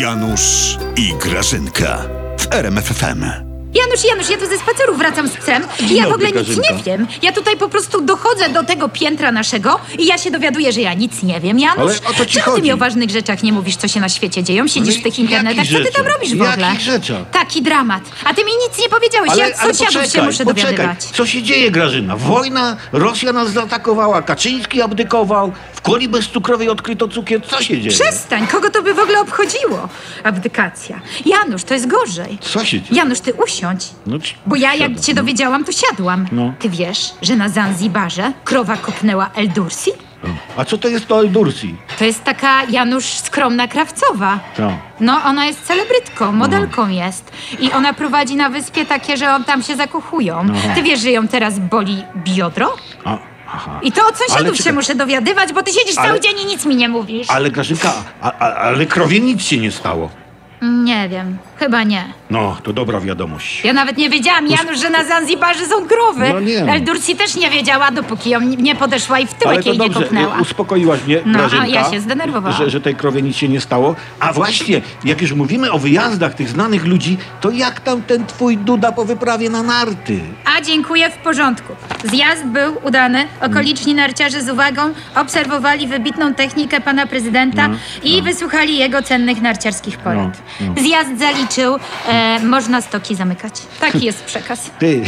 Janusz i Grażynka w RMFFM. Janusz, Janusz, ja tu ze spaceru wracam z psem i ja w dobry, ogóle nic Grażynka. nie wiem. Ja tutaj po prostu dochodzę do tego piętra naszego i ja się dowiaduję, że ja nic nie wiem. Janusz, Ale o co ci czemu ty mi chodzi? o ważnych rzeczach nie mówisz, co się na świecie dzieją? Siedzisz No i w tych internetach, co jakich ty tam rzeczach? robisz w ogóle? Jakich rzeczach? Taki dramat. A ty mi nic nie powiedziałeś, ja od sąsiadów się muszę poczekaj. dowiadywać. Co się dzieje, Grażyna? Wojna, Rosja nas zaatakowała, Kaczyński abdykował, w koli bez cukrowej odkryto cukier. Co się dzieje? Przestań, kogo to by w ogóle obchodziło? Abdykacja. Janusz, to jest gorzej. Co się dzieje? Janusz, ty usiądź. No ci- Bo ja jak siadam, cię dowiedziałam, to siadłam. No. Ty wiesz, że na Zanzibarze krowa kopnęła El Dursi? No. A co to jest to Eldursi? To jest taka Janusz skromna krawcowa. No. No, ona jest celebrytką, modelką jest. I ona prowadzi na wyspie takie, że on tam się zakochują. No. Ty wiesz, że ją teraz boli biodro? A, aha. I to od Ale sąsiadów się czekaj. muszę dowiadywać, bo ty siedzisz Ale- cały dzień i nic mi nie mówisz. Ale Grażynka, a, a, ale krowie nic się nie stało. Nie wiem, chyba nie. No, to dobra wiadomość. Ja nawet nie wiedziałam, Janusz, że na Zanzibarze są krowy. No nie. El Dursi też nie wiedziała, dopóki ją nie podeszła i w Ale tyłek to jej nie dobrze, kopnęła. y, uspokoiłaś mnie, No, a Grażynka, ja się zdenerwowałam. Że, że tej krowie nic się nie stało. A właśnie, jak już mówimy o wyjazdach tych znanych ludzi, to jak tam ten twój Duda po wyprawie na narty? A dziękuję, w porządku. Zjazd był udany. Okoliczni narciarze z uwagą obserwowali wybitną technikę pana prezydenta i wysłuchali jego cennych narciarskich porad. Zjazd zaliczył, e, można stoki zamykać. Taki jest przekaz. Ty,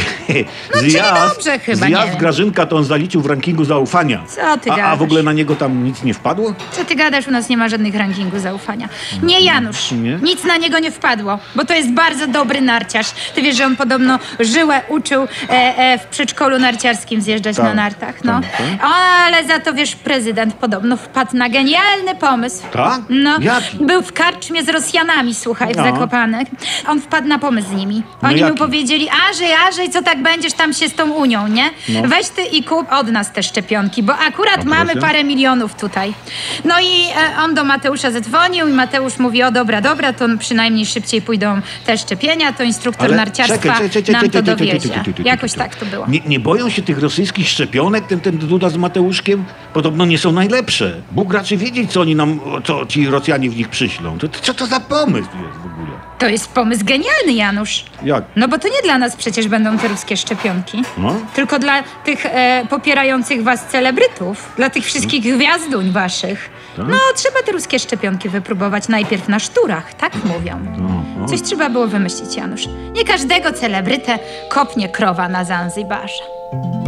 No, czyli dobrze chyba, nie zjazd wiem. Grażynka to on zaliczył w rankingu zaufania. Co ty a, a gadasz? w ogóle na niego tam nic nie wpadło? Co ty gadasz? U nas nie ma żadnych rankingu zaufania. Nie, Janusz. Nie? Nic na niego nie wpadło, bo to jest bardzo dobry narciarz. Ty wiesz, że on podobno żyłę uczył e, e, w przedszkolu narciarskim zjeżdżać Tak, na nartach. No. tak, tak. Ale za to wiesz, prezydent podobno wpadł na genialny pomysł. Tak? No, Jaki? był w karczmie z Rosjanami, słuchaj, w No. Zakopanek. On wpadł na pomysł z nimi. No Oni mu jaki? powiedzieli, Ażej, Ażej, co tak będziesz tam się z tą Unią, nie? Weź ty i kup od nas te szczepionki, bo akurat proszę. mamy parę milionów tutaj. No i e, on do Mateusza zadzwonił i Mateusz mówi, o dobra, dobra, to przynajmniej szybciej pójdą te szczepienia, to instruktor narciarstwa nam to dowiezie. Jakoś tak to było. Nie, nie boją się tych rosyjskich szczepionek, ten, ten Duda z Mateuszkiem? Podobno nie są najlepsze. Bóg raczy wiedzieć, co oni nam, co ci Rosjanie w nich przyślą. To, to, co to za pomysł jest w ogóle? To jest pomysł genialny, Janusz. Jak? No bo to nie dla nas przecież będą te ruskie szczepionki. No. Tylko dla tych e, popierających was celebrytów, dla tych wszystkich No. gwiazduń waszych. Tak? No, trzeba te ruskie szczepionki wypróbować najpierw na szturach, tak mówią. No, Coś trzeba było wymyślić, Janusz. Nie każdego celebrytę kopnie krowa na Zanzibarze.